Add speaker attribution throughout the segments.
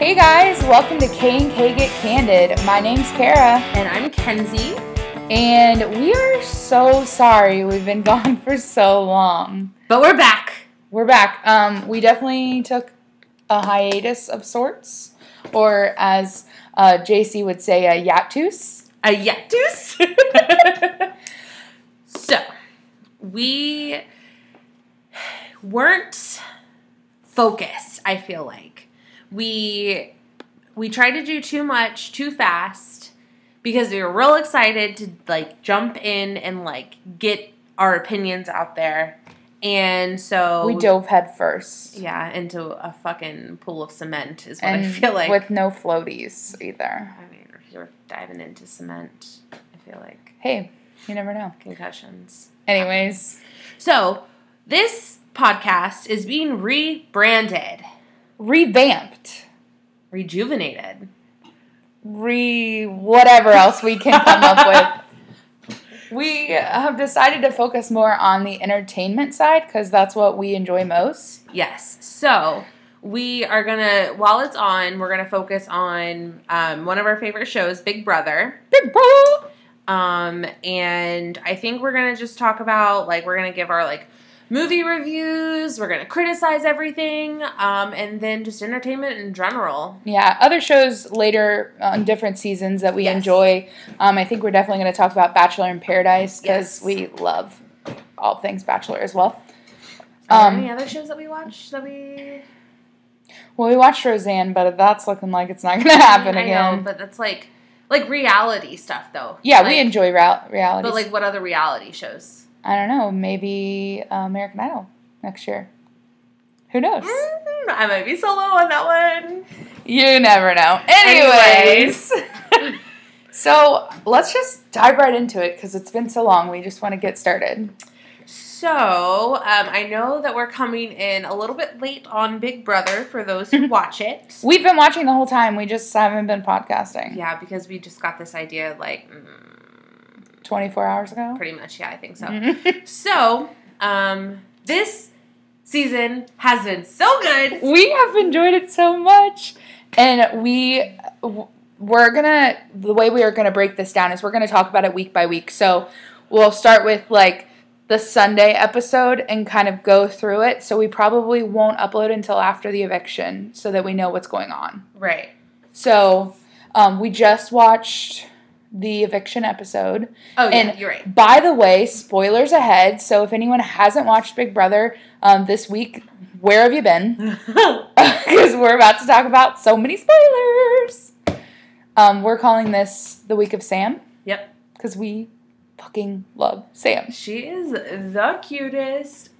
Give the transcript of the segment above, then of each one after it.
Speaker 1: Hey guys, welcome to K and K Get Candid. My name's Kara,
Speaker 2: And I'm Kenzie.
Speaker 1: and we are so sorry we've been gone for so long.
Speaker 2: But we're back.
Speaker 1: We're back. Um, we definitely took a hiatus of sorts, or as uh, JC would say, a yatus.
Speaker 2: A yatus. so, we weren't focused, I feel like. We we tried to do too much too fast because we were real excited to like jump in and like get our opinions out there. And so
Speaker 1: We dove head first.
Speaker 2: yeah, into a fucking pool of cement is what
Speaker 1: And
Speaker 2: I feel like.
Speaker 1: with no floaties either.
Speaker 2: I mean, you're diving into cement. I feel like
Speaker 1: Hey, you never know.
Speaker 2: concussions.
Speaker 1: Anyways,
Speaker 2: So this podcast is being rebranded,
Speaker 1: revamped.
Speaker 2: rejuvenated.
Speaker 1: re whatever else we can come up with. We have decided to focus more on the entertainment side because that's what we enjoy most.
Speaker 2: Yes. So we are gonna while it's on, we're gonna focus on um, one of our favorite shows, Big Brother.
Speaker 1: Big bro.
Speaker 2: Um, and I think we're gonna just talk about like we're gonna give our like movie reviews. We're gonna criticize everything, um, and then just entertainment in general.
Speaker 1: Yeah, other shows later on different seasons that we
Speaker 2: Yes.
Speaker 1: enjoy. Um, I think we're definitely going to talk about Bachelor in Paradise because
Speaker 2: Yes.
Speaker 1: we love all things Bachelor as well.
Speaker 2: Are
Speaker 1: Um,
Speaker 2: there any other shows that we watched that we
Speaker 1: Well, we watched Roseanne, but that's looking like it's not going to happen
Speaker 2: I
Speaker 1: again.
Speaker 2: Know, but that's like like reality stuff though.
Speaker 1: yeah,
Speaker 2: Like,
Speaker 1: we enjoy ra- reality.
Speaker 2: But like, what other reality shows?
Speaker 1: I don't know, maybe uh, American Idol next year. Who knows?
Speaker 2: Mm, I might be solo on that one.
Speaker 1: You never know. Anyways,
Speaker 2: Anyways.
Speaker 1: so let's just dive right into it because it's been so long. We just want to get started.
Speaker 2: So um, I know that we're coming in a little bit late on Big Brother for those who watch it.
Speaker 1: We've been watching the whole time. We just haven't been podcasting.
Speaker 2: Yeah, because we just got this idea like mm,
Speaker 1: 24 hours ago.
Speaker 2: pretty much. Yeah, I think so. So um, this season has been so good.
Speaker 1: we have enjoyed it so much. And we, w- we're gonna, the way we are gonna break this down is we're gonna talk about it week by week. So we'll start with like the Sunday episode and kind of go through it. So we probably won't upload until after the eviction so that we know what's going on.
Speaker 2: Right.
Speaker 1: So um, we just watched the eviction episode.
Speaker 2: Oh yeah,
Speaker 1: And-
Speaker 2: you're right.
Speaker 1: By the way, spoilers ahead. So if anyone hasn't watched Big Brother um, this week, where have you been? Because we're about to talk about so many spoilers. Um, we're calling this the week of Sam
Speaker 2: yep.
Speaker 1: because we fucking love Sam.
Speaker 2: She is the cutest.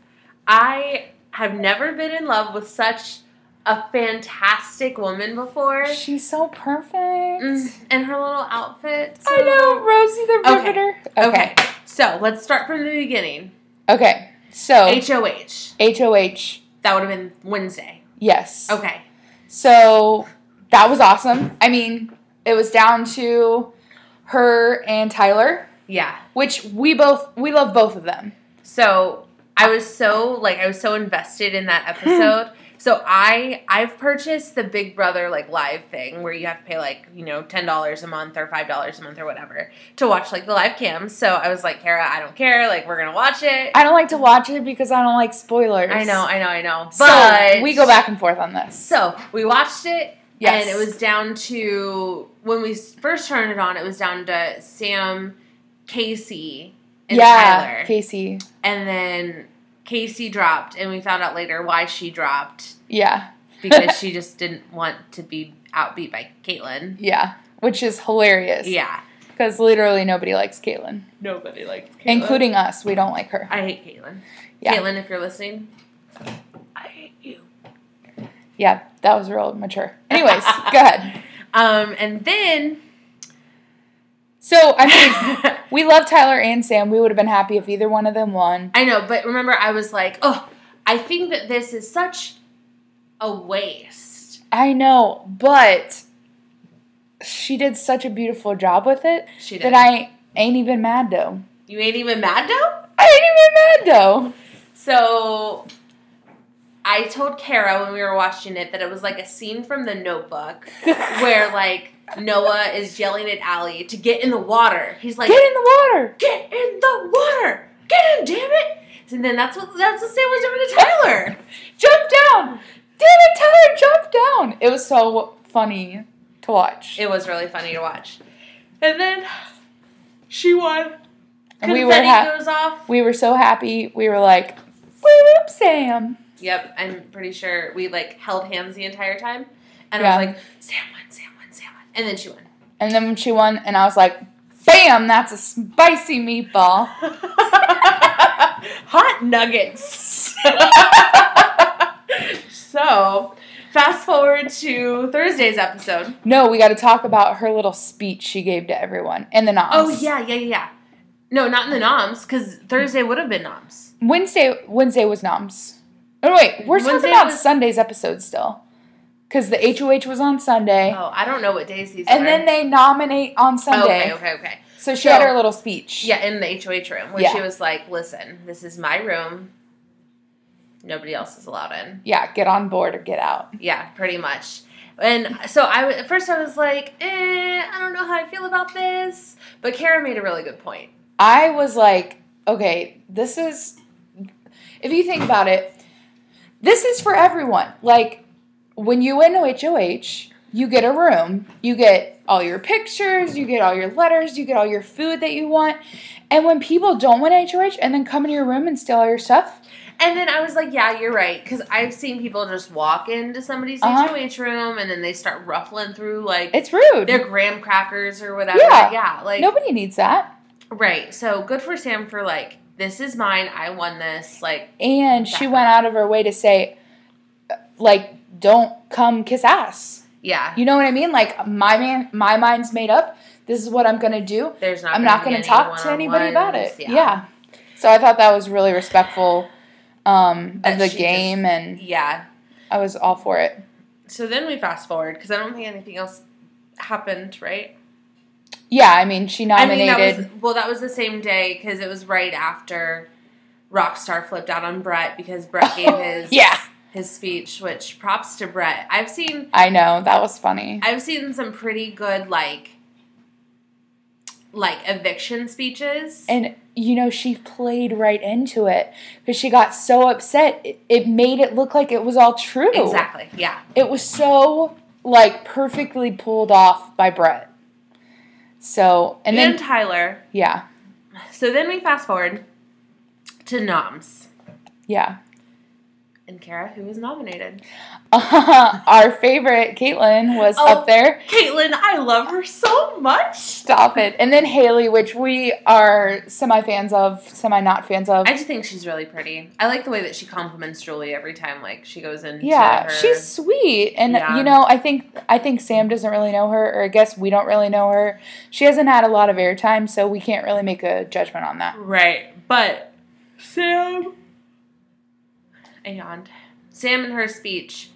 Speaker 2: I have never been in love with such a fantastic woman before.
Speaker 1: She's so perfect.
Speaker 2: Mm, And her little outfit.
Speaker 1: I know, Rosie the
Speaker 2: Okay.
Speaker 1: Riveter.
Speaker 2: Okay. So let's start from the beginning.
Speaker 1: Okay. So
Speaker 2: HOH.
Speaker 1: HOH.
Speaker 2: That would have been Wednesday.
Speaker 1: Yes.
Speaker 2: Okay.
Speaker 1: So that was awesome. I mean, it was down to her and Tyler,
Speaker 2: Yeah.
Speaker 1: which we both we love both of them.
Speaker 2: So I was so like I was so invested in that episode. so I I've purchased the Big Brother like live thing where you have to pay like you know ten dollars a month or five dollars a month or whatever to watch like the live cams. So I was like, Kara, I don't care. Like we're gonna watch it. I,
Speaker 1: I don't like to watch it because I don't like spoilers.
Speaker 2: know, I know, I know.
Speaker 1: So
Speaker 2: But
Speaker 1: we go back and forth on this.
Speaker 2: So we watched it.
Speaker 1: Yes.
Speaker 2: And it was down to when we first turned it on. It was down to Sam, Casey, and
Speaker 1: yeah,
Speaker 2: Tyler.
Speaker 1: Casey.
Speaker 2: and then Casey dropped, and we found out later why she dropped
Speaker 1: Yeah,
Speaker 2: because she just didn't want to be outbeat by Caitlyn.
Speaker 1: yeah, which is hilarious.
Speaker 2: Yeah,
Speaker 1: because literally nobody likes Caitlyn,
Speaker 2: nobody likes
Speaker 1: including us. We don't like her.
Speaker 2: I hate Caitlyn.
Speaker 1: Yeah.
Speaker 2: Caitlyn, if you're listening, I hate you.
Speaker 1: Yeah, that was real mature. Anyways, go ahead.
Speaker 2: Um, and then
Speaker 1: So I mean,
Speaker 2: I
Speaker 1: we love Tyler and Sam. We would have been happy if either one of them won.
Speaker 2: know, but remember, I was like, oh, I think that this is such a waste.
Speaker 1: I know, but she did such a beautiful job with it
Speaker 2: She did.
Speaker 1: that I ain't even mad though.
Speaker 2: you ain't even mad though.
Speaker 1: I ain't even mad though.
Speaker 2: So I told Kara when we were watching it that it was like a scene from The Notebook where like Noah is yelling at Allie to get in the water. He's like,
Speaker 1: Get in the water.
Speaker 2: "Get in the water! Get in, damn it!" And then that's what that's the same was doing to Tyler.
Speaker 1: Jump down. Damn it, Tyler, jump down. It was so funny to watch.
Speaker 2: It was really funny to watch. And then she won.
Speaker 1: And we
Speaker 2: Confetti
Speaker 1: were ha-
Speaker 2: goes off.
Speaker 1: we were so happy. We were like, Whoop, Sam.
Speaker 2: Yep, I'm pretty sure we like held hands the entire time, and I
Speaker 1: Yeah.
Speaker 2: was like, "Sam won, Sam won, Sam won," and then she won.
Speaker 1: And then when she won, and I was like, Bam, that's a spicy meatball.
Speaker 2: Hot nuggets. so, fast forward to Thursday's episode.
Speaker 1: No, we got to talk about her little speech she gave to everyone and the noms.
Speaker 2: Oh yeah, yeah, yeah, yeah. No, not in the noms, because Thursday would have been noms.
Speaker 1: Wednesday. Wednesday was noms. Oh wait, we're
Speaker 2: Wednesday
Speaker 1: talking about
Speaker 2: was-
Speaker 1: Sunday's episode still, because the HOH was on Sunday,
Speaker 2: Oh, I don't know what days these
Speaker 1: and
Speaker 2: were.
Speaker 1: then they nominate on
Speaker 2: Oh,
Speaker 1: Sunday.
Speaker 2: okay, okay, okay.
Speaker 1: So she had
Speaker 2: So-
Speaker 1: her little speech.
Speaker 2: Yeah, in the HOH room where
Speaker 1: Yeah.
Speaker 2: she was like, "Listen, this is my room. Nobody else is allowed in."
Speaker 1: Yeah, get on board or get out.
Speaker 2: Yeah, pretty much. And so I w- at first I was like, eh, I don't know how I feel about this. But Kara made a really good point.
Speaker 1: I was like, okay, this is. If you think about it, this is for everyone. Like when you win HOH, you get a room, you get all your pictures, you get all your letters, you get all your food that you want. And when people don't win HOH and then come into your room and steal all your stuff,
Speaker 2: And then I was like, yeah, you're right. Because I've seen people just walk into somebody's
Speaker 1: Uh-huh.
Speaker 2: HOH room and then they start ruffling through like
Speaker 1: it's rude.
Speaker 2: their graham crackers or whatever.
Speaker 1: Yeah.
Speaker 2: Yeah. like,
Speaker 1: Nobody needs that.
Speaker 2: right. So good for Sam for like, this is mine. I won this. Like,
Speaker 1: And she went out of her way to say, like, don't come kiss ass.
Speaker 2: yeah,
Speaker 1: You know what I mean? Like my man, my mind's made up. This is what I'm gonna do.
Speaker 2: there's not
Speaker 1: I'm not
Speaker 2: gonna
Speaker 1: gonna
Speaker 2: be
Speaker 1: talk
Speaker 2: any
Speaker 1: to anybody about it.
Speaker 2: one-on-ones.
Speaker 1: Yeah. So I thought that was really respectful um, of
Speaker 2: That
Speaker 1: the
Speaker 2: she
Speaker 1: game, and
Speaker 2: Yeah.
Speaker 1: I was all for it.
Speaker 2: So then we fast forward because I don't think anything else happened, right?
Speaker 1: Yeah, I mean, she nominated.
Speaker 2: I mean, that was well, that was the same day because it was right after Rockstar flipped out on Brett because Brett gave his
Speaker 1: Oh, yeah,
Speaker 2: his speech, which props to Brett. I've seen
Speaker 1: I know that was funny.
Speaker 2: I've seen some pretty good like like eviction speeches.
Speaker 1: And you know, she played right into it because she got so upset. It, it made it look like it was all true.
Speaker 2: exactly, yeah.
Speaker 1: It was so like perfectly pulled off by Brett. So and
Speaker 2: And,
Speaker 1: then
Speaker 2: then Tyler.
Speaker 1: yeah,
Speaker 2: So then we fast forward to noms
Speaker 1: yeah.
Speaker 2: and Kara, who was nominated.
Speaker 1: our favorite Caitlyn was
Speaker 2: Oh.
Speaker 1: up there.
Speaker 2: Caitlin, I love her so much.
Speaker 1: Stop it. And then Haley, which we are semi fans of, semi not fans of.
Speaker 2: I just think she's really pretty. I like the way that she compliments Julie every time, like she goes in.
Speaker 1: yeah,
Speaker 2: her.
Speaker 1: she's sweet. And
Speaker 2: Yeah.
Speaker 1: you know, I think I think Sam doesn't really know her, or I guess we don't really know her. She hasn't had a lot of airtime, so we can't really make a judgment on that.
Speaker 2: right, but Sam. I yawned. Sam and her speech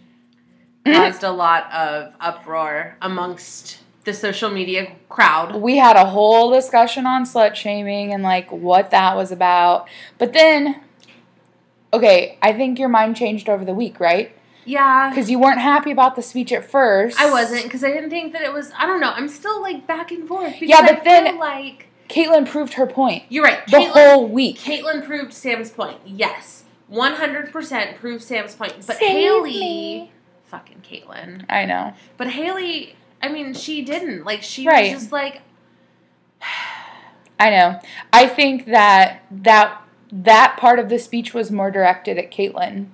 Speaker 2: caused a lot of uproar amongst the social media crowd.
Speaker 1: We had a whole discussion on slut shaming and like what that was about. But then okay, I think your mind changed over the week, right?
Speaker 2: Yeah,
Speaker 1: Because you weren't happy about the speech at first.
Speaker 2: I wasn't because I didn't think that it was. I don't know. I'm still like back and forth. Because
Speaker 1: Yeah, but
Speaker 2: I
Speaker 1: then-
Speaker 2: feel like
Speaker 1: Caitlyn proved her point
Speaker 2: you're right.
Speaker 1: the
Speaker 2: Caitlyn-
Speaker 1: whole week.
Speaker 2: Caitlin proved Sam's point. Yes. 100% proved Sam's point. But
Speaker 1: Save
Speaker 2: Haley.
Speaker 1: me.
Speaker 2: Fucking Caitlin.
Speaker 1: I know.
Speaker 2: But Haley, I mean, she didn't. Like, she
Speaker 1: Right.
Speaker 2: was just like,
Speaker 1: I know. I think that that that part of the speech was more directed at Caitlyn.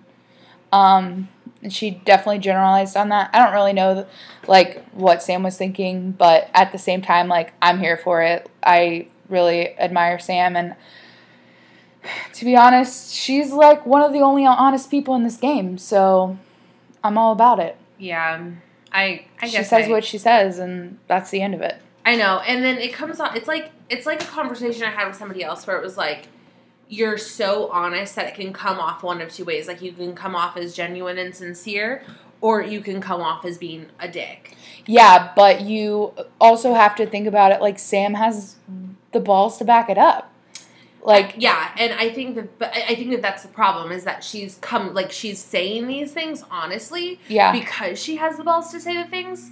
Speaker 1: Um, and she definitely generalized on that. I don't really know like what Sam was thinking, but at the same time, like I'm here for it. I really admire Sam, and to be honest, she's like one of the only honest people in this game. So I'm all about it.
Speaker 2: yeah. I, I
Speaker 1: she
Speaker 2: guess
Speaker 1: says
Speaker 2: I,
Speaker 1: what she says, and that's the end of it.
Speaker 2: I know. And then it comes on. It's like it's like a conversation I had with somebody else where it was like, you're so honest that it can come off one of two ways. Like you can come off as genuine and sincere, or you can come off as being a dick.
Speaker 1: Yeah, but you also have to think about it like Sam has the balls to back it up. Like
Speaker 2: yeah and i think that but i I think that that's the problem is that she's come like she's saying these things honestly
Speaker 1: yeah,
Speaker 2: because she has the balls to say the things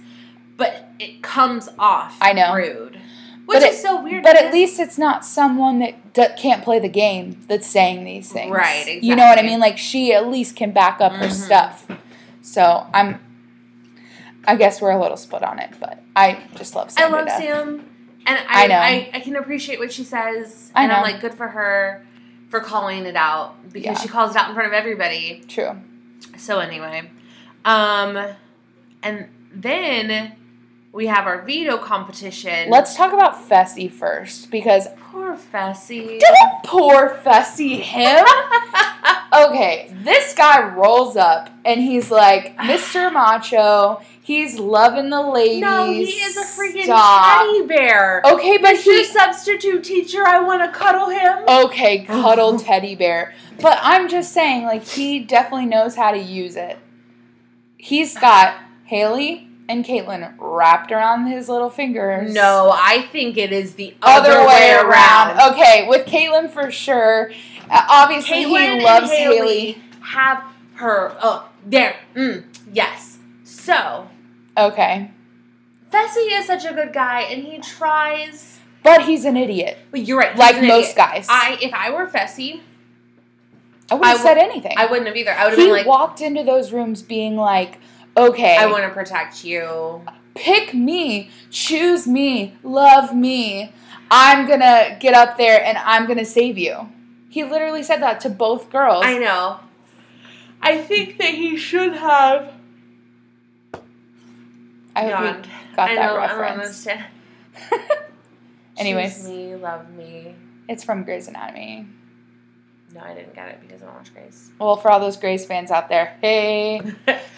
Speaker 2: but it comes off
Speaker 1: I know.
Speaker 2: rude
Speaker 1: But
Speaker 2: which
Speaker 1: it-
Speaker 2: is so weird
Speaker 1: but at
Speaker 2: because-
Speaker 1: least it's not someone that d- can't play the game that's saying these things.
Speaker 2: Right,
Speaker 1: You know what I
Speaker 2: exactly.
Speaker 1: mean? Like she at least can back up her
Speaker 2: Mhm.
Speaker 1: stuff. So I'm. I guess we're a little split on it, but I just love.
Speaker 2: i
Speaker 1: Sam to
Speaker 2: love
Speaker 1: death.
Speaker 2: sam and I,
Speaker 1: I
Speaker 2: I,
Speaker 1: know.
Speaker 2: I, can appreciate what she says
Speaker 1: I
Speaker 2: and i'm
Speaker 1: know.
Speaker 2: like good for her for calling it out because
Speaker 1: Yeah.
Speaker 2: she calls it out in front of everybody
Speaker 1: True.
Speaker 2: So anyway, um, and then we have our veto competition.
Speaker 1: Let's talk about Fessy first because
Speaker 2: poor Fessy.
Speaker 1: poor Fessy him. okay, this guy rolls up and he's like, Mr. Macho, he's loving the ladies.
Speaker 2: no, he is a freaking
Speaker 1: Stop. Oh,
Speaker 2: teddy bear.
Speaker 1: Okay, but
Speaker 2: He's your
Speaker 1: he's
Speaker 2: substitute teacher. I want to cuddle him.
Speaker 1: okay, cuddle teddy bear. But I'm just saying, like, he definitely knows how to use it. He's got Haley and Caitlyn wrapped around his little fingers.
Speaker 2: No, I think it is the
Speaker 1: other way around.
Speaker 2: Oh,
Speaker 1: Okay, with Caitlyn for sure. Uh, obviously,
Speaker 2: Caitlyn and
Speaker 1: he loves
Speaker 2: Haley.
Speaker 1: Haley.
Speaker 2: Have her. Oh, there. Mm, yes. So
Speaker 1: Okay,
Speaker 2: Fessy is such a good guy, and he tries.
Speaker 1: but he's an idiot,
Speaker 2: Well, you're right. he's
Speaker 1: like
Speaker 2: an
Speaker 1: most
Speaker 2: idiot.
Speaker 1: guys.
Speaker 2: I, if I were Fessy,
Speaker 1: I wouldn't have
Speaker 2: I
Speaker 1: said anything.
Speaker 2: I wouldn't have either. I would have
Speaker 1: he
Speaker 2: been like,
Speaker 1: walked into those rooms being like, "Okay,
Speaker 2: I want to protect you.
Speaker 1: pick me, choose me, love me. I'm gonna get up there and I'm gonna save you." He literally said that to both girls.
Speaker 2: I know. I think that he should have.
Speaker 1: I hope
Speaker 2: Yawned.
Speaker 1: you got
Speaker 2: I
Speaker 1: that
Speaker 2: know. I don't
Speaker 1: reference.
Speaker 2: understand.
Speaker 1: Anyways.
Speaker 2: Choose me, love me.
Speaker 1: It's from Grey's Anatomy.
Speaker 2: No, I didn't get it because I don't watch Grace.
Speaker 1: Well, for all those Grey's fans out there, hey.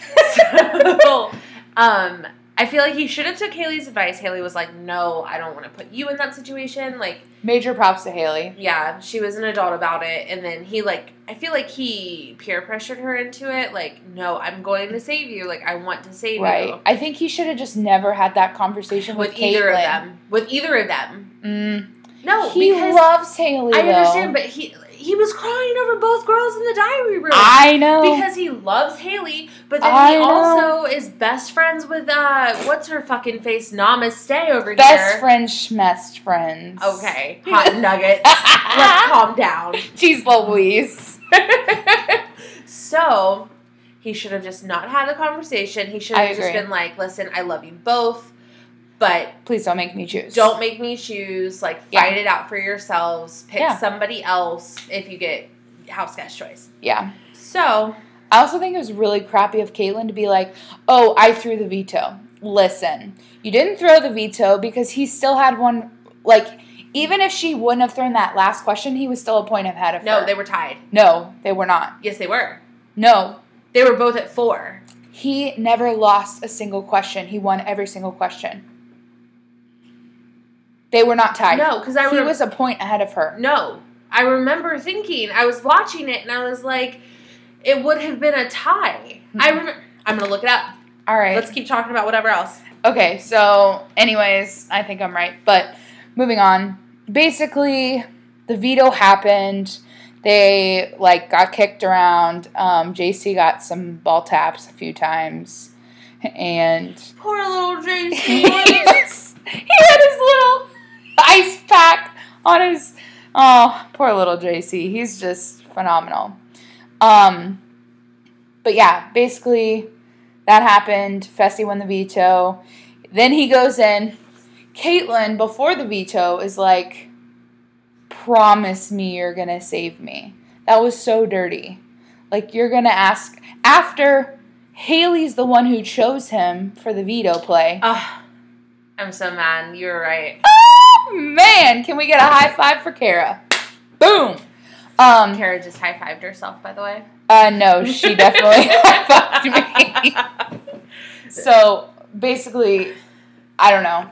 Speaker 2: so, um, I feel like he should have took Haley's advice. Haley was like, "No, I don't want to put you in that situation." Like,
Speaker 1: Major props to Haley.
Speaker 2: yeah, she was an adult about it, and then he like, I feel like he peer pressured her into it. Like, no, I'm going to save you. Like, I want to save you.
Speaker 1: Right. I think he should have just never had that conversation with,
Speaker 2: with either of
Speaker 1: Caitlyn.
Speaker 2: them. With either of them.
Speaker 1: Mm.
Speaker 2: No,
Speaker 1: he
Speaker 2: because
Speaker 1: loves Haley.
Speaker 2: I
Speaker 1: though.
Speaker 2: understand, but he he was crying over both girls in the diary room.
Speaker 1: I know.
Speaker 2: because he loves Haley, but then
Speaker 1: Oh. I
Speaker 2: he
Speaker 1: know.
Speaker 2: also is best friends with uh what's her fucking face Namaste over
Speaker 1: best
Speaker 2: here.
Speaker 1: friends, schmest friends.
Speaker 2: Okay, hot nugget. Let's calm down.
Speaker 1: Jeez Louise.
Speaker 2: So he should have just not had the conversation. He should
Speaker 1: I
Speaker 2: have just
Speaker 1: agree.
Speaker 2: been like, "Listen, I love you both, but
Speaker 1: Please don't make me choose.
Speaker 2: don't make me choose. Like,
Speaker 1: Yeah.
Speaker 2: fight it out for yourselves. Pick
Speaker 1: Yeah.
Speaker 2: somebody else if you get house guest choice.
Speaker 1: Yeah.
Speaker 2: So
Speaker 1: I also think it was really crappy of Caitlyn to be like, oh, I threw the veto. Listen, you didn't throw the veto because he still had one. Like, even if she wouldn't have thrown that last question, he was still a point ahead of her.
Speaker 2: no, they were tied.
Speaker 1: No, they were not.
Speaker 2: Yes, they were.
Speaker 1: No,
Speaker 2: They were both at four.
Speaker 1: He never lost a single question. He won every single question. They were not tied.
Speaker 2: no, because I
Speaker 1: he
Speaker 2: rem-
Speaker 1: was a point ahead of her.
Speaker 2: no. I remember thinking I was watching it and I was like, it would have been a tie. I remember. I'm gonna look it up.
Speaker 1: All Hmm. right.
Speaker 2: Let's keep talking about whatever else.
Speaker 1: okay, so, anyways, I think I'm right. But moving on. Basically, the veto happened. They like got kicked around. Um, JC got some ball taps a few times, and
Speaker 2: Poor little JC.
Speaker 1: he was- he had his little ice pack on his oh poor little JC. He's just phenomenal. Um but yeah, basically that happened. Fessy won the veto. Then he goes in. Caitlyn, before the veto, is like, promise me you're gonna save me. That was so dirty. Like you're gonna ask after Haley's the one who chose him for the veto play.
Speaker 2: Ugh, I'm so mad. You're right.
Speaker 1: man, can we get a high five for Kara? Boom. Um,
Speaker 2: Kara just high fived herself, by the way.
Speaker 1: uh, no, she definitely high fived me. So basically, I don't know.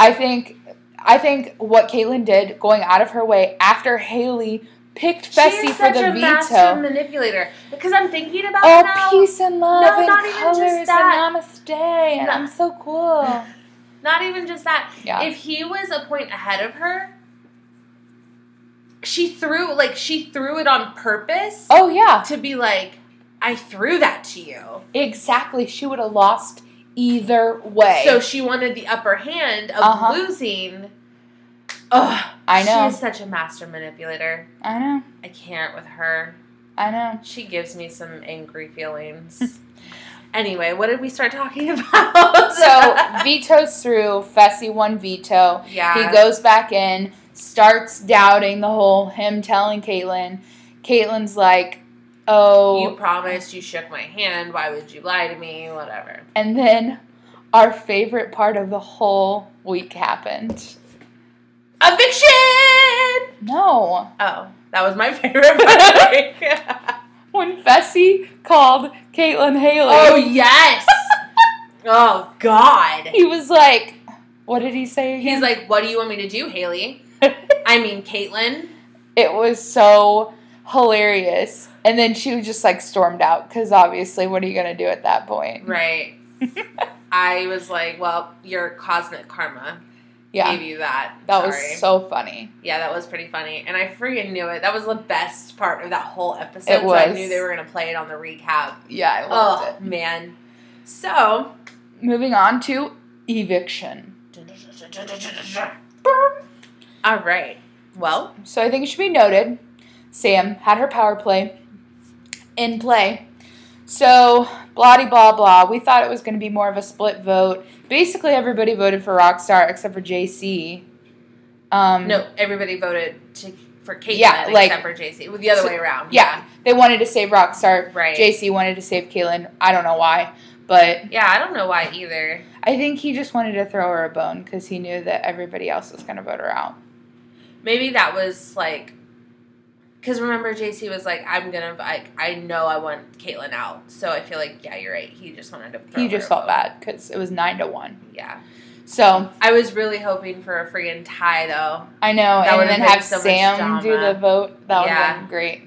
Speaker 1: I think, I think what Caitlyn did, going out of her way after Haley picked
Speaker 2: She
Speaker 1: Bessie
Speaker 2: is
Speaker 1: for
Speaker 2: such
Speaker 1: the
Speaker 2: a master
Speaker 1: veto.
Speaker 2: manipulator. Because I'm thinking about
Speaker 1: All
Speaker 2: it now.
Speaker 1: peace and love
Speaker 2: No, not
Speaker 1: and
Speaker 2: even just
Speaker 1: colors and
Speaker 2: that.
Speaker 1: namaste, and
Speaker 2: No.
Speaker 1: I'm so cool.
Speaker 2: Not even just that.
Speaker 1: Yeah.
Speaker 2: If he was a point ahead of her, she threw like she threw it on purpose
Speaker 1: Oh yeah,
Speaker 2: to be like, I threw that to you.
Speaker 1: exactly. She would have lost either way.
Speaker 2: So she wanted the upper hand of
Speaker 1: Uh-huh.
Speaker 2: losing. Ugh,
Speaker 1: I know.
Speaker 2: She is such a master manipulator.
Speaker 1: I know.
Speaker 2: I can't with her.
Speaker 1: I know.
Speaker 2: She gives me some angry feelings. anyway, what did we start talking about?
Speaker 1: So vetoes through. Fessy one veto.
Speaker 2: yeah,
Speaker 1: He goes back in, starts doubting the whole him telling Caitlyn. Caitlyn's like,
Speaker 2: You
Speaker 1: oh,
Speaker 2: promised. You shook my hand. Why would you lie to me? Whatever.
Speaker 1: and then our favorite part of the whole week happened.
Speaker 2: Eviction.
Speaker 1: No,
Speaker 2: Oh, that was my favorite. part.
Speaker 1: when Fessy called Caitlyn Haley,
Speaker 2: oh yes. oh God.
Speaker 1: he was like, what did he say? Again?
Speaker 2: He's like, "What do you want me to do, Haley? I mean, Caitlin."
Speaker 1: it was so hilarious. And then she was just like stormed out because obviously, what are you gonna do at that point?
Speaker 2: Right. I was like, "Well, your cosmic karma
Speaker 1: Yeah,
Speaker 2: gave you that."
Speaker 1: that
Speaker 2: Sorry.
Speaker 1: was so funny.
Speaker 2: yeah, that was pretty funny, and I freaking knew it. That was the best part of that whole episode.
Speaker 1: It
Speaker 2: so I
Speaker 1: was.
Speaker 2: knew they were gonna play it on the recap.
Speaker 1: Yeah, I loved
Speaker 2: Oh
Speaker 1: it.
Speaker 2: man. So.
Speaker 1: Moving on to eviction.
Speaker 2: All right. Well,
Speaker 1: So I think it should be noted Sam had her power play in play. So, blah blah blah. We thought it was going to be more of a split vote. Basically, everybody voted for Rockstar except for JC. Um,
Speaker 2: no, everybody voted to, for Caitlin
Speaker 1: Yeah, like-
Speaker 2: except for JC. Well, the other
Speaker 1: So-
Speaker 2: way around.
Speaker 1: Yeah, they wanted to save Rockstar.
Speaker 2: Right.
Speaker 1: JC wanted to save Caitlyn. I don't know why, but
Speaker 2: Yeah, I don't know why either.
Speaker 1: I think he just wanted to throw her a bone because he knew that everybody else was going to vote her out.
Speaker 2: maybe that was like because remember jc was like i'm gonna like i know i want caitlyn out so i feel like yeah you're right he just wanted to throw
Speaker 1: he
Speaker 2: her
Speaker 1: just
Speaker 2: a
Speaker 1: felt
Speaker 2: bone.
Speaker 1: bad because it was nine to one.
Speaker 2: yeah
Speaker 1: So
Speaker 2: i was really hoping for a friggin' tie though
Speaker 1: I know,
Speaker 2: That
Speaker 1: and
Speaker 2: would've
Speaker 1: then
Speaker 2: been
Speaker 1: have
Speaker 2: so much
Speaker 1: Sam do
Speaker 2: drama.
Speaker 1: the vote. That would
Speaker 2: Yeah.
Speaker 1: have been great.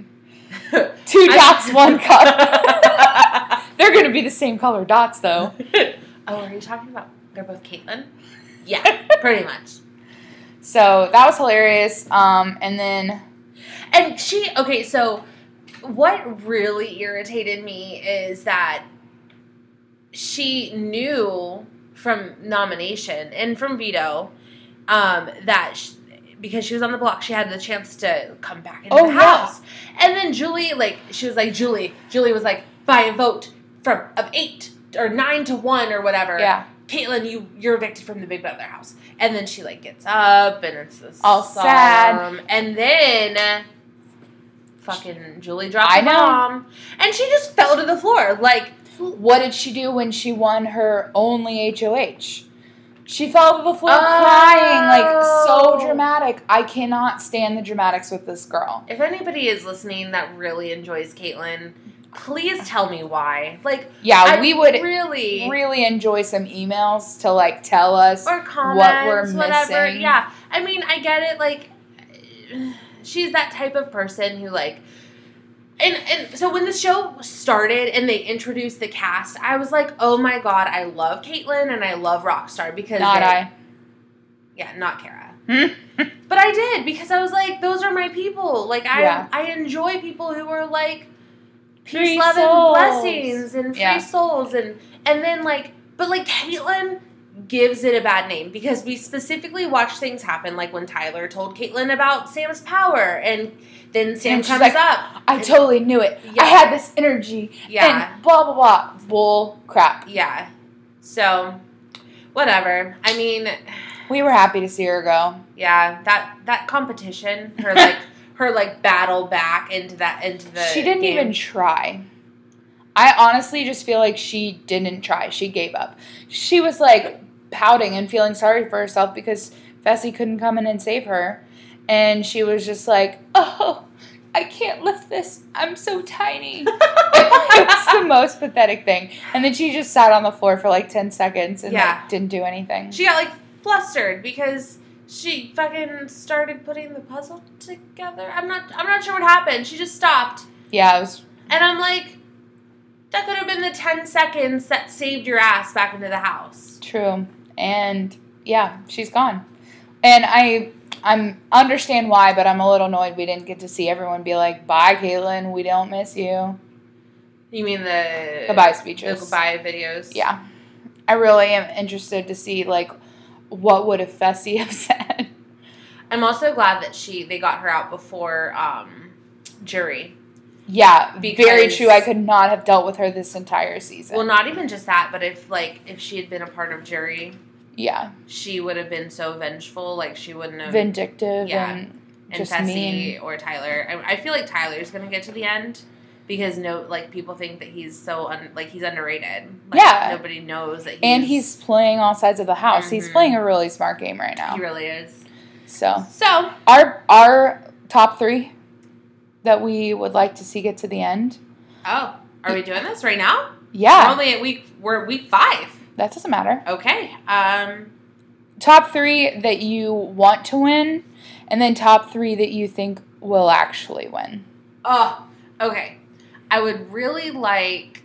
Speaker 1: Two
Speaker 2: I-
Speaker 1: dots, one cup. They're going to be the same color dots though.
Speaker 2: oh are you talking about they're both caitlyn yeah pretty much
Speaker 1: So that was hilarious. Um, and then
Speaker 2: And she okay, so what really irritated me is that she knew from nomination and from veto um, that sh because she was on the block, she had the chance to come back into
Speaker 1: Oh,
Speaker 2: the
Speaker 1: yeah.
Speaker 2: house. And then Julie, like she was like Julie, Julie was like by a vote from of eight or nine to one or whatever.
Speaker 1: yeah,
Speaker 2: Caitlin, you you're evicted from the Big Brother house, and then she like gets up and it's this
Speaker 1: All
Speaker 2: solemn-
Speaker 1: sad.
Speaker 2: and then uh, fucking Julie dropped
Speaker 1: I
Speaker 2: a
Speaker 1: know.
Speaker 2: bomb, and she just fell to the floor like
Speaker 1: what did she do when she won her only HOH? She fell to the floor
Speaker 2: Oh.
Speaker 1: crying, like so dramatic. I cannot stand the dramatics with this girl.
Speaker 2: if anybody is listening that really enjoys Caitlin, please tell me why. Like
Speaker 1: Yeah,
Speaker 2: I
Speaker 1: Uh, we would
Speaker 2: really
Speaker 1: really enjoy some emails to like tell us.
Speaker 2: or
Speaker 1: we're
Speaker 2: comments whatever.
Speaker 1: missing.
Speaker 2: Yeah, I mean I get it. Like she's that type of person who like And, and so when the show started and they introduced the cast, I was like, oh my god, I love Caitlyn and I love Rockstar because
Speaker 1: Not
Speaker 2: they-
Speaker 1: I.
Speaker 2: yeah, not Kara.
Speaker 1: Hmm?
Speaker 2: But I did because I was like, those are my people. Like I
Speaker 1: Yeah.
Speaker 2: I enjoy people who are like peace,
Speaker 1: Free
Speaker 2: love,
Speaker 1: souls.
Speaker 2: and blessings and free
Speaker 1: Yeah.
Speaker 2: souls and and then like but like Caitlyn gives it a bad name because we specifically watch things happen like when Tyler told Caitlyn about Sam's power and then Sam
Speaker 1: And she's
Speaker 2: comes
Speaker 1: like,
Speaker 2: up.
Speaker 1: I totally knew it.
Speaker 2: Yeah.
Speaker 1: I had this energy.
Speaker 2: Yeah.
Speaker 1: And blah blah blah. Bull crap.
Speaker 2: Yeah. So, whatever. I mean,
Speaker 1: We were happy to see her go.
Speaker 2: yeah, that that competition, her like her like battle back into that into the
Speaker 1: she didn't
Speaker 2: game.
Speaker 1: even try. I honestly just feel like she didn't try. She gave up. She was like pouting and feeling sorry for herself because Fessy couldn't come in and save her. And she was just like, oh, I can't lift this. I'm so tiny. it was the most pathetic thing. And then she just sat on the floor for like 10 seconds and
Speaker 2: Yeah.
Speaker 1: like, didn't do anything.
Speaker 2: She got like flustered because she fucking started putting the puzzle together. I'm not I'm not sure what happened. She just stopped.
Speaker 1: yeah, it was.
Speaker 2: And I'm like that could have been the 10 seconds that saved your ass back into the house.
Speaker 1: True. And yeah, she's gone. And I I'm understand why, but I'm a little annoyed we didn't get to see everyone be like, "Bye, Caitlin. We don't miss you."
Speaker 2: You mean the
Speaker 1: Goodbye
Speaker 2: the
Speaker 1: speeches.
Speaker 2: goodbye videos?
Speaker 1: Yeah, I really am interested to see like what would have Fessy have said.
Speaker 2: I'm also glad that she they got her out before um, jury.
Speaker 1: yeah, very
Speaker 2: Because-
Speaker 1: true. I could not have dealt with her this entire season.
Speaker 2: Well, not even just that, but if like if she had been a part of jury,
Speaker 1: yeah,
Speaker 2: she would have been so vengeful. Like she wouldn't have.
Speaker 1: vindictive
Speaker 2: Yeah.
Speaker 1: and
Speaker 2: and
Speaker 1: just
Speaker 2: Tessie
Speaker 1: mean.
Speaker 2: or Tyler. I, I feel like Tyler's gonna get to the end because no, like people think that he's so un, like he's underrated. Like,
Speaker 1: Yeah.
Speaker 2: nobody knows that. He's,
Speaker 1: and he's playing all sides of the house. He's
Speaker 2: Mhm.
Speaker 1: playing a really smart game right now. Oh.
Speaker 2: he really is.
Speaker 1: So
Speaker 2: So
Speaker 1: our our top three that we would like to see get to the end.
Speaker 2: oh, are we doing this right now? We're
Speaker 1: Yeah,
Speaker 2: only at week. We're at week five.
Speaker 1: that doesn't matter.
Speaker 2: Okay. Um.
Speaker 1: Top three that you want to win, and then top three that you think will actually win.
Speaker 2: Oh. Okay. I would really like.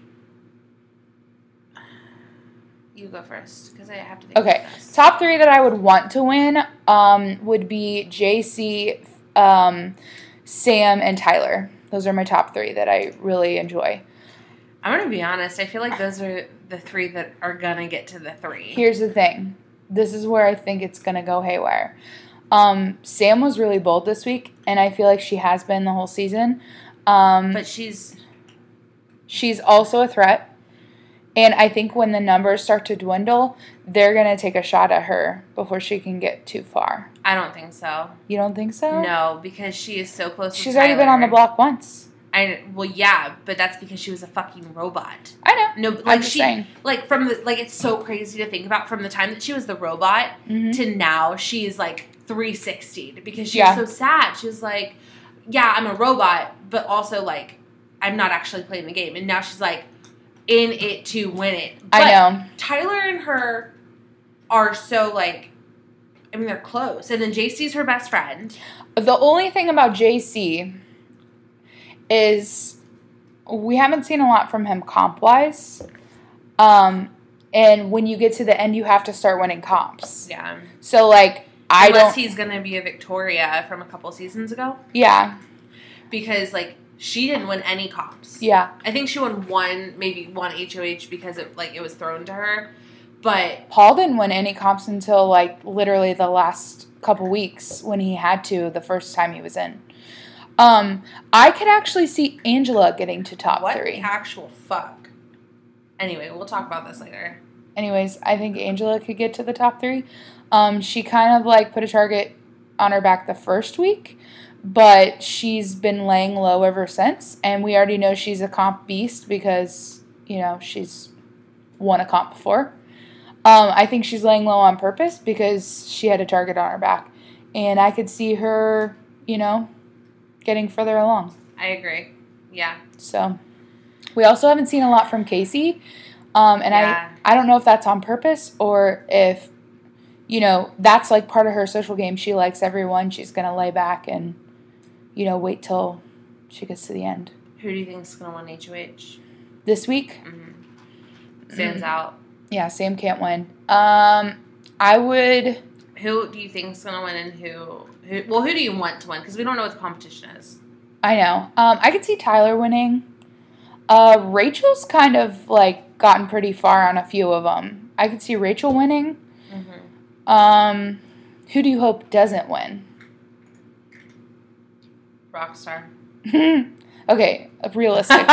Speaker 2: You go first because I have to think.
Speaker 1: Okay,
Speaker 2: of this.
Speaker 1: Top three that I would want to win um, would be JC, um, Sam, and Tyler. Those are my top three that I really enjoy.
Speaker 2: I'm gonna be honest. I feel like those are the three that are gonna get to the three.
Speaker 1: Here's the thing. This is where I think it's gonna go haywire. Um, Sam was really bold this week, and I feel like she has been the whole season. Um,
Speaker 2: But she's
Speaker 1: she's also a threat, and I think when the numbers start to dwindle, they're gonna take a shot at her before she can get too far.
Speaker 2: I don't think so.
Speaker 1: You don't think so?
Speaker 2: No, because she is so close.
Speaker 1: She's
Speaker 2: with
Speaker 1: already been
Speaker 2: Tyler.
Speaker 1: on the block once.
Speaker 2: I well, yeah, but that's because she was a fucking robot.
Speaker 1: I know.
Speaker 2: No, like
Speaker 1: I'm just
Speaker 2: she,
Speaker 1: saying.
Speaker 2: like from the like it's so crazy to think about from the time that she was the robot
Speaker 1: Mhm.
Speaker 2: to now she's like 360 because she's
Speaker 1: Yeah.
Speaker 2: so sad. She was like, yeah, I'm a robot, but also like I'm not actually playing the game. And now she's like in it to win it. But
Speaker 1: I know.
Speaker 2: Tyler and her are so like. I mean, they're close, and then JC's her best friend.
Speaker 1: The only thing about JC is we haven't seen a lot from him comp wise. Um, and when you get to the end, you have to start winning comps.
Speaker 2: Yeah.
Speaker 1: So, like, I
Speaker 2: Unless
Speaker 1: don't.
Speaker 2: he's gonna be a Victoria from a couple seasons ago,
Speaker 1: Yeah,
Speaker 2: because like she didn't win any comps.
Speaker 1: yeah.
Speaker 2: I think she won one, maybe one HOH because it like it was thrown to her, but
Speaker 1: Paul didn't win any comps until like literally the last couple weeks when he had to the first time he was in. Um, I could actually see Angela getting to top
Speaker 2: what the
Speaker 1: three.
Speaker 2: actual fuck? Anyway, we'll talk about this later.
Speaker 1: anyways, I think Angela could get to the top three. Um, she kind of like put a target on her back the first week, but she's been laying low ever since. And we already know she's a comp beast because, you know, she's won a comp before. Um, I think she's laying low on purpose because she had a target on her back. And I could see her, you know, getting further along.
Speaker 2: I agree. Yeah.
Speaker 1: So we also haven't seen a lot from Casey. Um, and
Speaker 2: Yeah.
Speaker 1: I, I don't know if that's on purpose or if, you know, that's like part of her social game. She likes everyone. She's going to lay back and, you know, wait till she gets to the end.
Speaker 2: Who do you think's gonna win HOH?
Speaker 1: This week,
Speaker 2: Mm-hmm. Stands out.
Speaker 1: yeah, Sam can't win. Um, I would,
Speaker 2: Who do you think's gonna win, and who? Who? Well, who do you want to win? Because we don't know what the competition is.
Speaker 1: I know. Um, I could see Tyler winning. Uh, Rachel's kind of like gotten pretty far on a few of them. I could see Rachel winning.
Speaker 2: Mm-hmm.
Speaker 1: Um, who do you hope doesn't win?
Speaker 2: Rockstar.
Speaker 1: okay, realistic.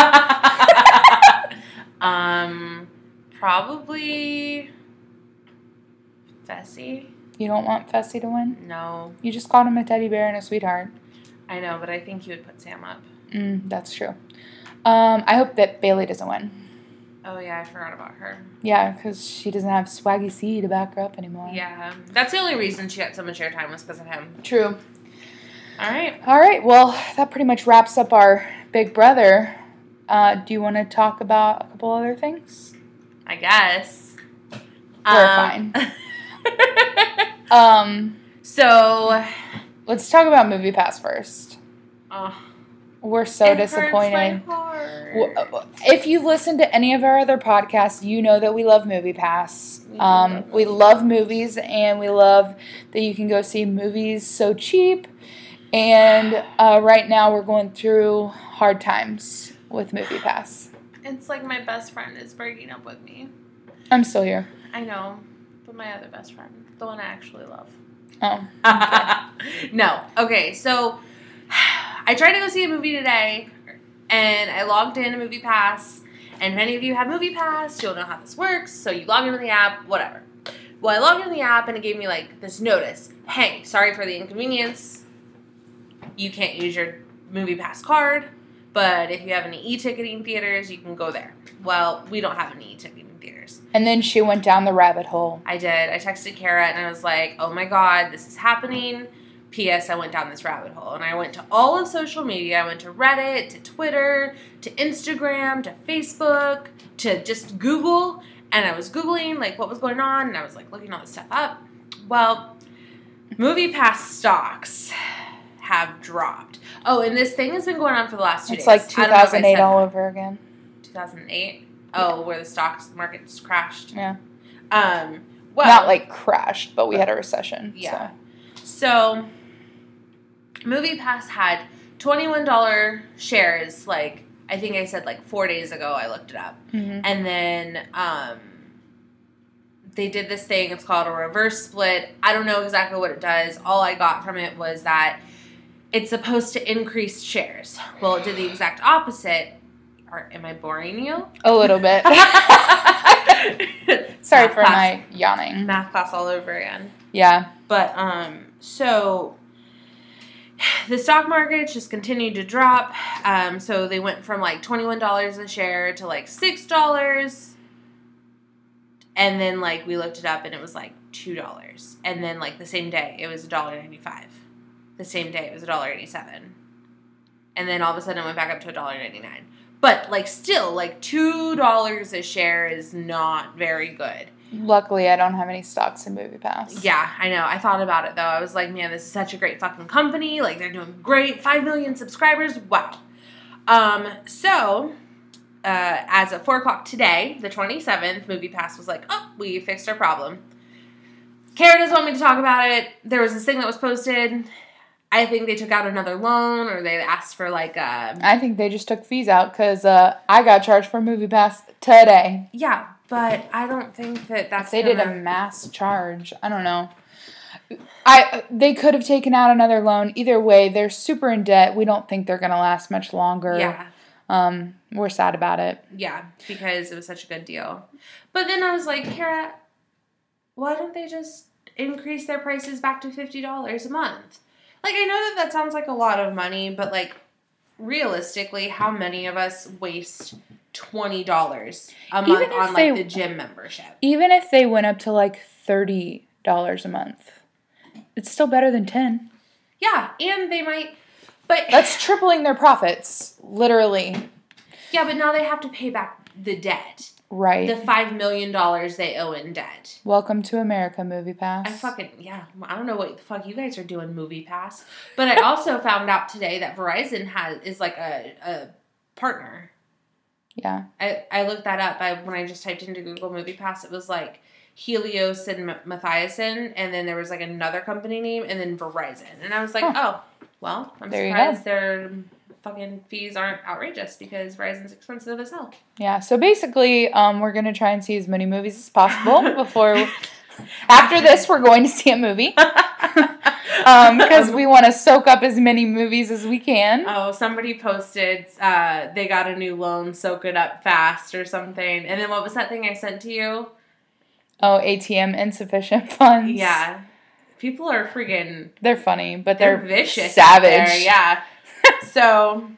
Speaker 2: um, probably Fessy.
Speaker 1: you don't want Fessy to win.
Speaker 2: No,
Speaker 1: You just called him a teddy bear and a sweetheart.
Speaker 2: I know, but I think you would put Sam up.
Speaker 1: Mm, that's true. Um, I hope that Bailey doesn't win.
Speaker 2: Oh yeah, I forgot about her.
Speaker 1: Yeah, because she doesn't have Swaggy C to back her up anymore.
Speaker 2: Yeah, that's the only reason she got so much airtime was because of him.
Speaker 1: True.
Speaker 2: All right.
Speaker 1: All right. Well, that pretty much wraps up our Big Brother. Uh, do you want to talk about a couple other things?
Speaker 2: I guess.
Speaker 1: We're
Speaker 2: Um,
Speaker 1: Um,
Speaker 2: so,
Speaker 1: let's talk about Movie Pass first.
Speaker 2: oh,
Speaker 1: We're so
Speaker 2: It hurts my
Speaker 1: disappointed.
Speaker 2: heart.
Speaker 1: W- uh, If you listen to any of our other podcasts, you know that we love Movie Pass.
Speaker 2: We do
Speaker 1: Um,
Speaker 2: love
Speaker 1: we
Speaker 2: Movie
Speaker 1: love movies, and we love that you can go see movies so cheap. And uh, right now, we're going through hard times with Movie Pass.
Speaker 2: It's like my best friend is breaking up with me.
Speaker 1: I'm still here.
Speaker 2: I know, but my other best friend, the one I actually love.
Speaker 1: Oh,
Speaker 2: no. Okay, so I tried to go see a movie today, and I logged in a Movie Pass. And if any of you have Movie Pass, you'll know how this works. So you log into the app, whatever. Well, I logged into the app, and it gave me like this notice: "Hey, sorry for the inconvenience. You can't use your Movie Pass card, but if you have any e-ticketing theaters, you can go there." Well, we don't have any e-ticketing theaters.
Speaker 1: and then she went down the rabbit hole.
Speaker 2: I did. I texted Kara and I was like, oh my God, this is happening. P.S. I went down this rabbit hole and I went to all of social media. I went to Reddit, to Twitter, to Instagram, to Facebook, to just Google. And I was Googling like what was going on and I was like looking all this stuff up. Well, MoviePass stocks have dropped. Oh, and this thing has been going on for the last two
Speaker 1: It's
Speaker 2: days.
Speaker 1: like
Speaker 2: I don't know if I said
Speaker 1: 2008
Speaker 2: that.
Speaker 1: all over again.
Speaker 2: 2008? Oh, where the stock market just crashed.
Speaker 1: Yeah.
Speaker 2: Um, well,
Speaker 1: Not like crashed, but we had a recession.
Speaker 2: Yeah.
Speaker 1: so.
Speaker 2: So, Movie Pass had twenty-one dollar shares. Like I think I said, like four days ago, I looked it up,
Speaker 1: Mhm.
Speaker 2: and then um, they did this thing. It's called a reverse split. I don't know exactly what it does. All I got from it was that it's supposed to increase shares. Well, it did the exact opposite. Or am I boring you?
Speaker 1: A little bit. Sorry for my yawning.
Speaker 2: math class all over again.
Speaker 1: Yeah.
Speaker 2: But um, so the stock market just continued to drop. Um, so they went from like twenty one dollars a share to like six dollars, and then like we looked it up and it was like two dollars, and then like the same day it was a dollar ninety five. The same day it was a dollar eighty seven, and then all of a sudden it went back up to a dollar ninety nine. But like still, like two dollars a share is not very good.
Speaker 1: Luckily, I don't have any stocks in Movie Pass.
Speaker 2: Yeah, I know. I thought about it though. I was like, man, this is such a great fucking company. Like they're doing great. Five million subscribers. Wow. Um, so uh, as of four o'clock today, the twenty seventh, Movie Pass was like, oh, we fixed our problem. Kara doesn't want me to talk about it. There was this thing that was posted. I think they took out another loan, or they asked for like um, a
Speaker 1: I think they just took fees out because uh, I got charged for Movie Pass today.
Speaker 2: yeah. But I don't think that that's
Speaker 1: They did a
Speaker 2: gonna-
Speaker 1: mass charge. I don't know. I they could have taken out another loan. Either way, they're super in debt. We don't think they're gonna last much longer.
Speaker 2: yeah.
Speaker 1: Um, we're sad about it.
Speaker 2: Yeah, because it was such a good deal. But then I was like, Kara, why don't they just increase their prices back to $50 a month? Like, I know that that sounds like a lot of money, but like, realistically, how many of us waste $20 a month
Speaker 1: Even if
Speaker 2: on like
Speaker 1: they-
Speaker 2: the gym membership?
Speaker 1: Even if they went up to like thirty dollars a month, it's still better than ten.
Speaker 2: Yeah, and they might, but
Speaker 1: That's tripling their profits, literally.
Speaker 2: yeah, but now they have to pay back the debt,
Speaker 1: Right.
Speaker 2: the $5 million they owe in debt.
Speaker 1: Welcome to America, Movie Pass.
Speaker 2: I fucking yeah. I don't know what the fuck you guys are doing, Movie Pass. But I also found out today that Verizon has is like a, a partner.
Speaker 1: yeah.
Speaker 2: I, I looked that up. I when I just typed into Google Movie Pass, it was like Helios and M- Mathiasen, and then there was like another company name, and then Verizon. And I was like, oh, well, I'm
Speaker 1: There you go.
Speaker 2: surprised their fucking fees aren't outrageous because Verizon's expensive as hell.
Speaker 1: Yeah, so basically, um, we're gonna try and see as many movies as possible before. after this, we're going to see a movie because we want to soak up as many movies as we can.
Speaker 2: Oh, somebody posted uh, they got a new loan, soak it up fast or something. And then what was that thing I sent to you?
Speaker 1: Oh, ATM insufficient funds.
Speaker 2: Yeah. People are freaking
Speaker 1: they're funny, but
Speaker 2: they're,
Speaker 1: they're,
Speaker 2: vicious. out
Speaker 1: savage.
Speaker 2: there, Yeah. so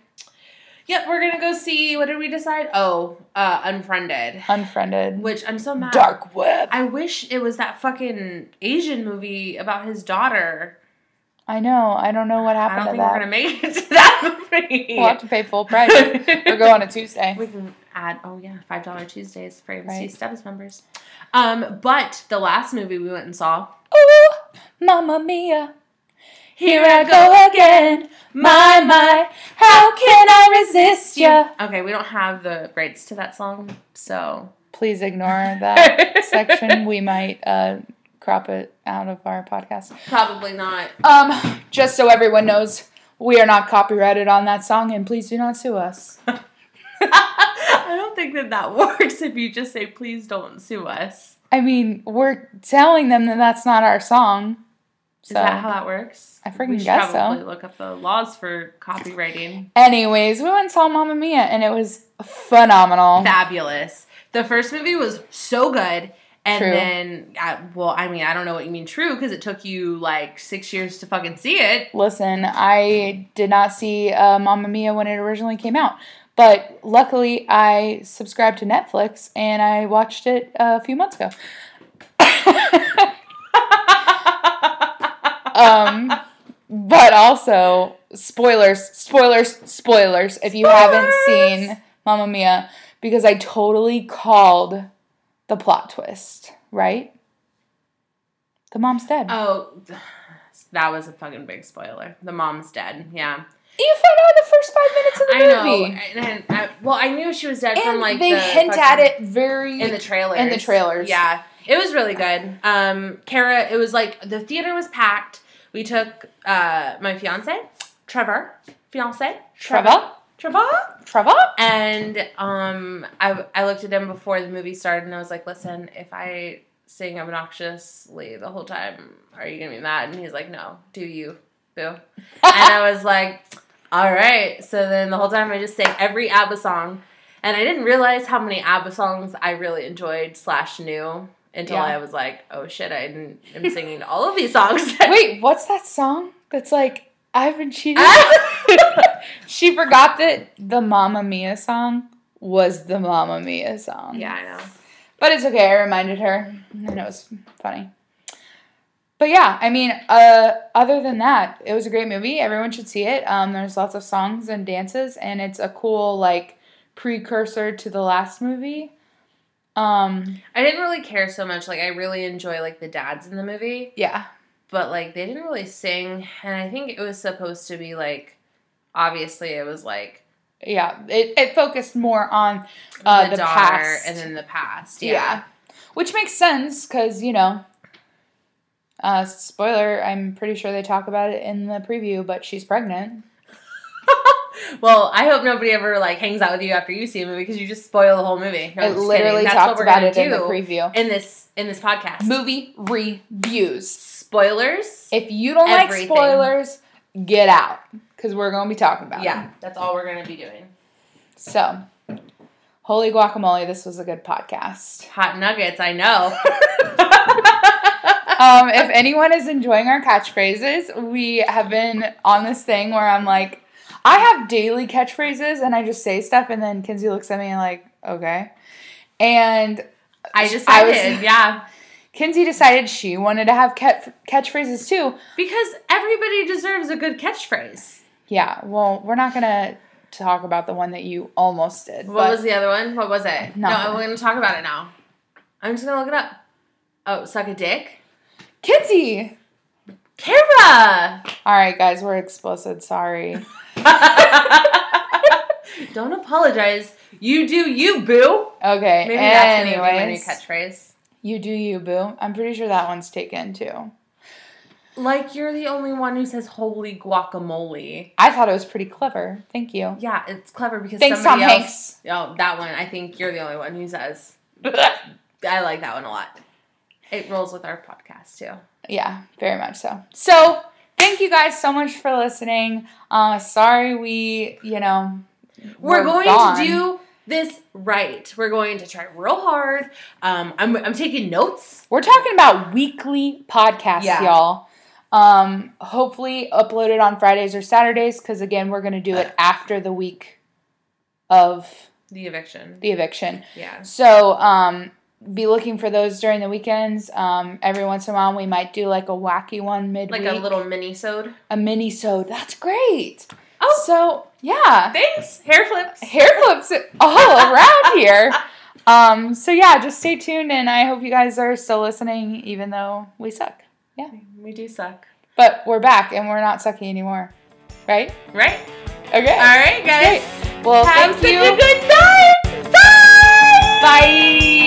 Speaker 2: Yep, we're gonna go see what did we decide? Oh, uh Unfriended.
Speaker 1: unfriended,
Speaker 2: Which I'm so mad.
Speaker 1: dark web.
Speaker 2: I wish it was that fucking Asian movie about his daughter.
Speaker 1: I know. I don't know what
Speaker 2: I
Speaker 1: happened
Speaker 2: don't think
Speaker 1: to that.
Speaker 2: we're gonna make it to that movie.
Speaker 1: We'll have to pay full price or go on a Tuesday.
Speaker 2: We can add, oh yeah, five dollar Tuesdays for AMC
Speaker 1: Right.
Speaker 2: Stubbs members. Um, but the last movie we went and saw,
Speaker 1: Ooh, Mamma Mia! Here I go again. My, my, how can I resist ya?
Speaker 2: Okay, we don't have the rights to that song, so
Speaker 1: Please ignore that section. We might uh, crop it out of our podcast.
Speaker 2: Probably not.
Speaker 1: Um, just so everyone knows, we are not copyrighted on that song, and please do not sue us.
Speaker 2: I don't think that that works if you just say, please don't sue us.
Speaker 1: I mean, we're telling them that that's not our song.
Speaker 2: Is
Speaker 1: So,
Speaker 2: that how that works?
Speaker 1: I freaking
Speaker 2: we should
Speaker 1: guess so.
Speaker 2: probably look up the laws for copywriting.
Speaker 1: anyways, we went and saw Mamma Mia, and it was phenomenal.
Speaker 2: Fabulous. The first movie was so good. And
Speaker 1: True.
Speaker 2: then, I, well, I mean, I don't know what you mean true because it took you like six years to fucking see it.
Speaker 1: Listen, I did not see uh, Mamma Mia when it originally came out, but luckily I subscribed to Netflix and I watched it a few months ago. um, but also, spoilers, spoilers, spoilers if you haven't
Speaker 2: Spoilers!
Speaker 1: seen Mamma Mia, because I totally called the plot twist, right? The mom's dead.
Speaker 2: Oh, that was a fucking big spoiler. The mom's dead. Yeah.
Speaker 1: you find out in the first five minutes of the
Speaker 2: I
Speaker 1: movie.
Speaker 2: know. And, and I, well, I knew she was dead from
Speaker 1: and
Speaker 2: like
Speaker 1: they
Speaker 2: the
Speaker 1: hint
Speaker 2: fucking-
Speaker 1: at it very
Speaker 2: in the trailers.
Speaker 1: in the trailers.
Speaker 2: Yeah, it was really good. Um, Kara, it was like the theater was packed. We took uh my fiance, Trevor, fiance,
Speaker 1: Trevor,
Speaker 2: Trevor,
Speaker 1: Trevor.
Speaker 2: and um, I I looked at him before the movie started, and I was like, listen, if I sing obnoxiously the whole time, are you gonna be mad? And he's like, no, do you, boo? and I was like, all right. So then the whole time I just sang every ABBA song. And I didn't realize how many ABBA songs I really enjoyed slash knew until
Speaker 1: Yeah.
Speaker 2: I was like, oh shit, I didn't, am singing all of these songs. that-
Speaker 1: Wait, what's that song? That's like I've been cheated.
Speaker 2: Ah!
Speaker 1: she forgot that the Mamma Mia song was the Mamma Mia song.
Speaker 2: yeah, I know.
Speaker 1: but it's okay. I reminded her, and it was funny. But yeah, I mean, uh, other than that, it was a great movie. Everyone should see it. Um, there's lots of songs and dances, and it's a cool like precursor to the last movie. Um,
Speaker 2: I didn't really care so much. Like, I really enjoy, like, the dads in the movie.
Speaker 1: yeah.
Speaker 2: but like they didn't really sing and i think it was supposed to be like obviously it was like
Speaker 1: yeah it, it focused more on uh, the, past
Speaker 2: and then the past
Speaker 1: yeah.
Speaker 2: yeah,
Speaker 1: which makes sense because you know uh, spoiler i'm pretty sure they talk about it in the preview but she's pregnant
Speaker 2: well i hope nobody ever like hangs out with you after you see a movie because you just spoil the whole movie no, I'm
Speaker 1: it
Speaker 2: just
Speaker 1: literally
Speaker 2: kidding. That's what
Speaker 1: talks
Speaker 2: we're
Speaker 1: about
Speaker 2: gonna
Speaker 1: it in the
Speaker 2: do
Speaker 1: preview
Speaker 2: in this in this podcast
Speaker 1: movie reviews
Speaker 2: spoilers
Speaker 1: if you don't
Speaker 2: Everything.
Speaker 1: like spoilers get out because we're going to be talking about
Speaker 2: yeah
Speaker 1: it
Speaker 2: that's all we're gonna be doing
Speaker 1: so holy guacamole this was a good podcast
Speaker 2: hot nuggets i know
Speaker 1: um, if anyone is enjoying our catchphrases, we have been on this thing where I'm like, I have daily catchphrases and I just say stuff, and then Kinsey looks at me and like, okay. And
Speaker 2: i decided
Speaker 1: I was-
Speaker 2: yeah
Speaker 1: Kinsey decided she wanted to have cat- catchphrases too.
Speaker 2: because everybody deserves a good catchphrase
Speaker 1: Yeah, well, we're not gonna talk about the one that you almost did.
Speaker 2: What
Speaker 1: but
Speaker 2: was the other one? What was it? No,
Speaker 1: Nothing.
Speaker 2: I'm going to talk about it now. I'm just going to look it up. Oh, suck a dick.
Speaker 1: Kinsey?
Speaker 2: Kara!
Speaker 1: All right, guys, we're explicit. Sorry.
Speaker 2: Don't apologize. You do you, boo.
Speaker 1: Okay.
Speaker 2: Maybe that's
Speaker 1: anyways,
Speaker 2: going to be my new catchphrase.
Speaker 1: you do you, boo. I'm pretty sure that one's taken too.
Speaker 2: Like, you're the only one who says holy guacamole.
Speaker 1: I thought it was pretty clever. Thank you.
Speaker 2: Yeah, it's clever because
Speaker 1: Thanks, Tom
Speaker 2: somebody else.
Speaker 1: Hanks.
Speaker 2: Oh, that one. I think you're the only one who says. I like that one a lot. It rolls with our podcast, too.
Speaker 1: yeah, very much so. So, thank you guys so much for listening. Uh, sorry we, you know,
Speaker 2: We're,
Speaker 1: were
Speaker 2: going
Speaker 1: gone.
Speaker 2: to do this right. We're going to try real hard. Um, I'm, I'm taking notes.
Speaker 1: We're talking about weekly podcasts,
Speaker 2: Yeah.
Speaker 1: y'all. Um, hopefully uploaded on Fridays or Saturdays because again, we're gonna do it after the week of
Speaker 2: The eviction.
Speaker 1: the eviction.
Speaker 2: Yeah.
Speaker 1: So, um, be looking for those during the weekends. Um, every once in a while, we might do like a wacky one midweek,
Speaker 2: Like a little mini sewed.
Speaker 1: a mini. So that's great.
Speaker 2: Oh.
Speaker 1: so yeah.
Speaker 2: Thanks. Hair flips.
Speaker 1: hair flips all around here. Um, so yeah, just stay tuned, and I hope you guys are still listening, even though we suck.
Speaker 2: We do suck.
Speaker 1: But we're back and we're not sucky anymore. Right?
Speaker 2: Right?
Speaker 1: Okay.
Speaker 2: All right, guys.
Speaker 1: Well,
Speaker 2: Have
Speaker 1: thank
Speaker 2: such
Speaker 1: you.
Speaker 2: a good time. Bye.
Speaker 1: Bye.